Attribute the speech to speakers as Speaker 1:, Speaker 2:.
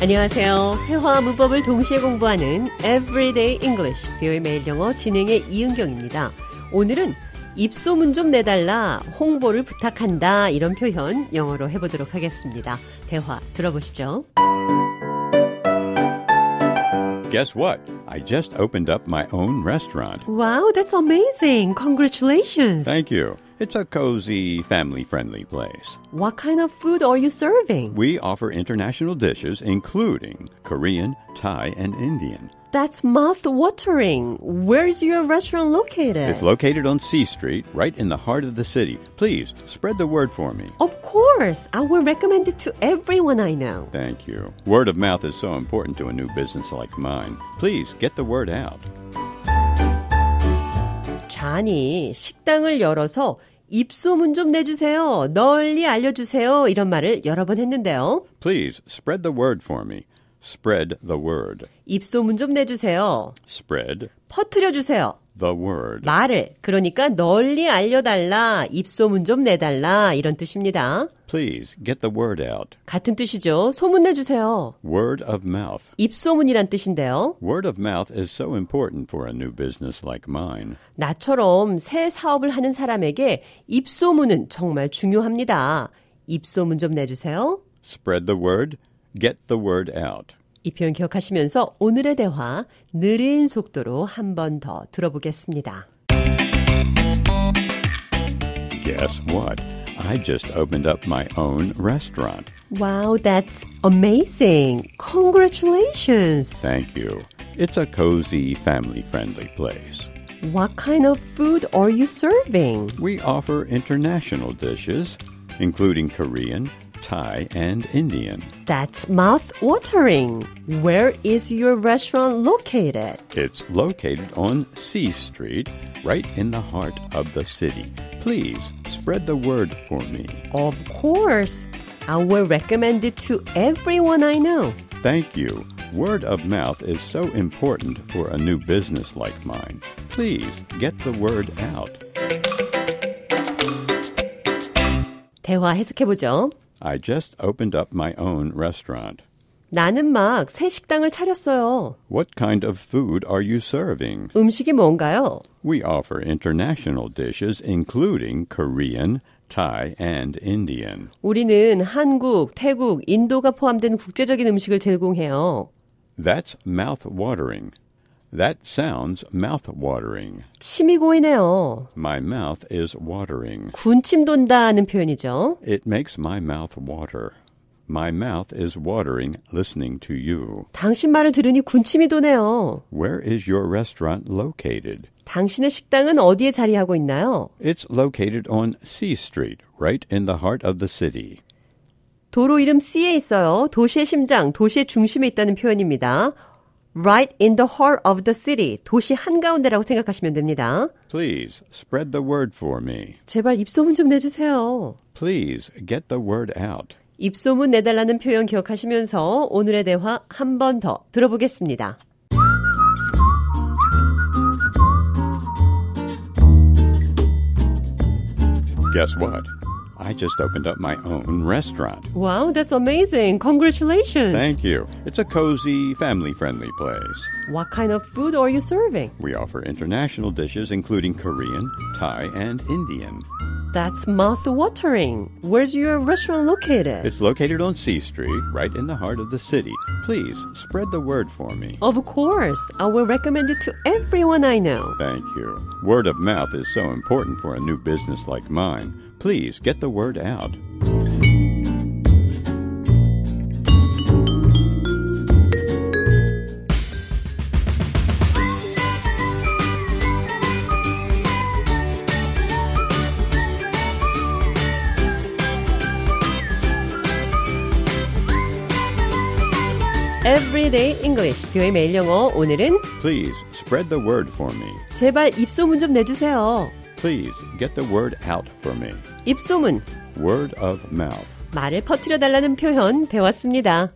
Speaker 1: 안녕하세요. 회화와 문법을 동시에 공부하는 Everyday English, 뷰의 매일 영어 진행의 이은경입니다. 오늘은 입소문 좀 내달라, 홍보를 부탁한다 이런 표현 영어로 해보도록 하겠습니다. 대화 들어보시죠.
Speaker 2: Guess what? I just opened up my own restaurant.
Speaker 1: Wow, that's amazing. Congratulations.
Speaker 2: Thank you. It's a cozy, family friendly place.
Speaker 1: What kind of food are you serving?
Speaker 2: We offer international dishes, including Korean, Thai, and Indian.
Speaker 1: That's mouth-watering. Where's your restaurant located?
Speaker 2: It's located on C Street, right in the heart of the city. Please spread the word for me.
Speaker 1: Of course, I will recommend it to everyone I know.
Speaker 2: Thank you. Word of mouth is so important to a new business like mine. Please get the word out.
Speaker 1: 잔이 식당을 열어서 입소문 좀 내주세요. 널리 알려주세요. 이런 말을 여러 번 했는데요.
Speaker 2: Please spread the word for me. Spread the word.
Speaker 1: 입소문 좀 내주세요.
Speaker 2: Spread
Speaker 1: 퍼뜨려 주세요.
Speaker 2: the word.
Speaker 1: 말을 그러니까 널리 알려달라. 입소문 좀 내달라. 이런 뜻입니다.
Speaker 2: Please get the word out.
Speaker 1: 같은 뜻이죠. 소문 내주세요.
Speaker 2: Word of mouth.
Speaker 1: 입소문이란 뜻인데요.
Speaker 2: Word of mouth is so important for a new business like mine.
Speaker 1: 나처럼 새 사업을 하는 사람에게 입소문은 정말 중요합니다. 입소문 좀 내주세요.
Speaker 2: Spread the word, get the word out.
Speaker 1: 이 표현 기억하시면서 오늘의 대화 느린 속도로 한 번 더 들어보겠습니다.
Speaker 2: Guess what? I just opened up my own restaurant.
Speaker 1: Wow, that's amazing. Congratulations.
Speaker 2: Thank you. It's a cozy, family friendly place.
Speaker 1: What kind of food are you serving?
Speaker 2: We offer international dishes, including Korean, Thai, and Indian.
Speaker 1: That's mouth-watering. Where is your restaurant located?
Speaker 2: It's located on C Street, right in the heart of the city. Please spread the word for me.
Speaker 1: Of course. I will recommend it to everyone I know.
Speaker 2: Thank you. Word of mouth is so important for a new business like mine. Please get the word out.
Speaker 1: 대화 해석해 보죠.
Speaker 2: I just opened up my own restaurant.
Speaker 1: 나는 막 새 식당을 차렸어요.
Speaker 2: What kind of food are you serving?
Speaker 1: 음식이 뭔가요?
Speaker 2: We offer international dishes including Korean, Thai, and Indian.
Speaker 1: 우리는 한국, 태국, 인도가 포함된 국제적인 음식을 제공해요.
Speaker 2: That's mouth watering. That sounds mouth watering.
Speaker 1: 침이 고이네요.
Speaker 2: My mouth is watering.
Speaker 1: 군침 돈다는 표현이죠.
Speaker 2: It makes my mouth water. My mouth is watering listening to you.
Speaker 1: 당신 말을 들으니 군침이 도네요.
Speaker 2: Where is your restaurant located?
Speaker 1: 당신의 식당은 어디에 자리하고 있나요?
Speaker 2: It's located on C Street, right in the heart of the city.
Speaker 1: 도로 이름 C에 있어요. 도시의 심장, 도시의 중심에 있다는 표현입니다. Right in the heart of the city. 도시 한가운데라고 생각하시면 됩니다.
Speaker 2: Please spread the word for me.
Speaker 1: 제발 입소문 좀 내주세요.
Speaker 2: Please get the word out.
Speaker 1: 입소문 내달라는 표현 기억하시면서 오늘의 대화 한 번 더 들어보겠습니다.
Speaker 2: Guess what? I just opened up my own restaurant.
Speaker 1: Wow, that's amazing. Congratulations.
Speaker 2: Thank you. It's a cozy, family friendly place.
Speaker 1: What kind of food are you serving?
Speaker 2: We offer international dishes including Korean, Thai, and Indian.
Speaker 1: That's mouth-watering. Where's your restaurant located?
Speaker 2: It's located on C Street, right in the heart of the city. Please spread the word for me.
Speaker 1: Of course, I will recommend it to everyone I know.
Speaker 2: Thank you. Word of mouth is so important for a new business like mine. Please get the word out.
Speaker 1: Everyday English, 뷰의 매일 영어. 오늘은
Speaker 2: Please spread the word for me.
Speaker 1: 제발 입소문 좀 내주세요.
Speaker 2: Please get the word out for me.
Speaker 1: 입소문,
Speaker 2: Word of mouth.
Speaker 1: 말을 퍼뜨려 달라는 표현 배웠습니다.